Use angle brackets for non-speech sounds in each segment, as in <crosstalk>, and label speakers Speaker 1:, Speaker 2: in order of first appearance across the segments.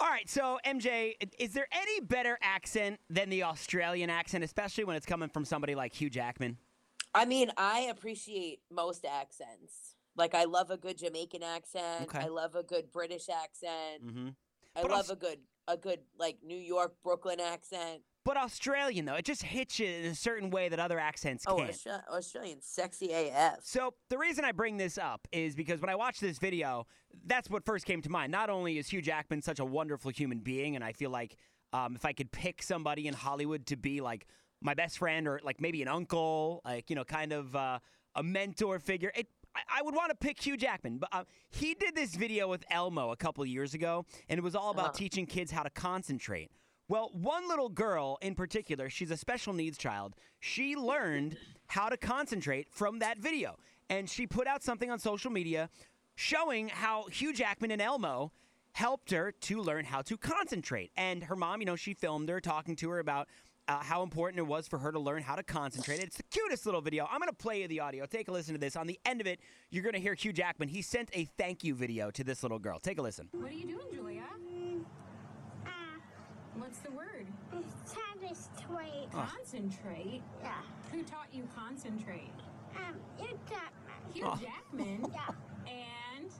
Speaker 1: All right, so MJ, is there any better accent than the Australian accent, especially when it's coming from somebody like Hugh Jackman?
Speaker 2: I mean, I appreciate most accents. Like, I love a good Jamaican accent.
Speaker 1: Okay.
Speaker 2: I love a good British accent.
Speaker 1: Mm-hmm.
Speaker 2: I
Speaker 1: But
Speaker 2: love
Speaker 1: also-
Speaker 2: a good a good like New York Brooklyn accent.
Speaker 1: But Australian though, it just hits you in a certain way that other accents
Speaker 2: Oh,
Speaker 1: can't.
Speaker 2: Austra- Australian sexy AF.
Speaker 1: So the reason I bring this up is because when I watched this video, that's what first came to mind. Not only is Hugh Jackman such a wonderful human being, and I feel like um, if I could pick somebody in Hollywood to be like my best friend or like maybe an uncle, like you know, kind of uh, a mentor figure, it, I, I would want to pick Hugh Jackman. But uh, he did this video with Elmo a couple years ago, and it was all about teaching kids how to concentrate. Well, one little girl in particular, she's a special needs child. She learned how to concentrate from that video. And she put out something on social media showing how Hugh Jackman and Elmo helped her to learn how to concentrate. And her mom, you know, she filmed her talking to her about uh, how important it was for her to learn how to concentrate. It's the cutest little video. I'm going to play you the audio. Take a listen to this. On the end of it, you're going to hear Hugh Jackman. He sent a thank you video to this little girl. Take a listen.
Speaker 3: What are you doing, Julia? What's the word?
Speaker 4: It's time to wait.
Speaker 3: Ah. Concentrate.
Speaker 4: Yeah.
Speaker 3: Who taught you concentrate?
Speaker 4: Um, you got me.
Speaker 3: Hugh Jackman
Speaker 4: Yeah.
Speaker 3: and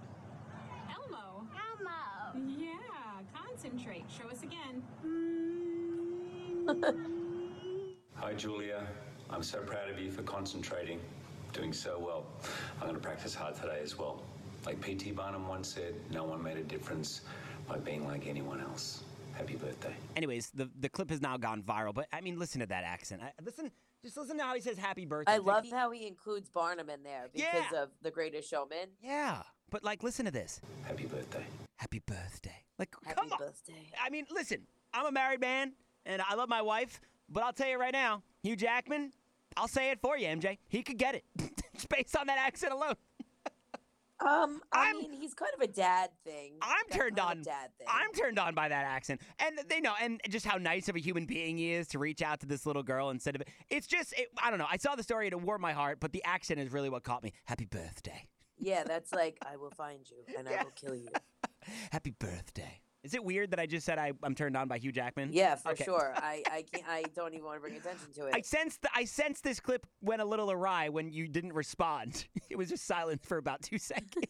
Speaker 3: Elmo.
Speaker 4: Elmo.
Speaker 3: Yeah, concentrate. Show us again.
Speaker 5: Hi, Julia. I'm so proud of you for concentrating, doing so well. I'm going to practice hard today as well. Like P.T. Barnum once said, no one made a difference by being like anyone else. Happy birthday.
Speaker 1: Anyways, the the clip has now gone viral. But I mean, listen to that accent. I, listen, just listen to how he says "Happy Birthday."
Speaker 2: I
Speaker 1: It's
Speaker 2: love
Speaker 1: like-
Speaker 2: how he includes Barnum in there because
Speaker 1: Yeah.
Speaker 2: of The Greatest Showman.
Speaker 1: yeah, but like, listen to this.
Speaker 5: Happy birthday.
Speaker 1: Happy birthday. Like,
Speaker 2: Happy
Speaker 1: come on.
Speaker 2: birthday.
Speaker 1: I mean, listen. I'm a married man, and I love my wife. But I'll tell you right now, Hugh Jackman. I'll say it for you, MJ. He could get it <laughs> just based on that accent alone.
Speaker 2: Um, I
Speaker 1: I'm-
Speaker 2: mean, he's kind of a dad thing.
Speaker 1: I'm
Speaker 2: That's
Speaker 1: turned
Speaker 2: kind
Speaker 1: on.
Speaker 2: of a Dad thing.
Speaker 1: I'm turned on by that accent, and they know, and just how nice of a human being he is to reach out to this little girl instead of. It's just, it, I don't know. I saw the story and it warmed my heart, but the accent is really what caught me. Happy birthday,
Speaker 2: Yeah, that's like I will find you and I will kill you.
Speaker 1: happy birthday. Is it weird that I just said I, I'm turned on by Hugh Jackman? <laughs>
Speaker 2: Yeah, for
Speaker 1: Okay.
Speaker 2: sure. I I can't. I don't even want to bring attention to it.
Speaker 1: I sensed the, I <laughs> sensed this clip went a little awry when you didn't respond. It was just silent for about two <laughs> seconds.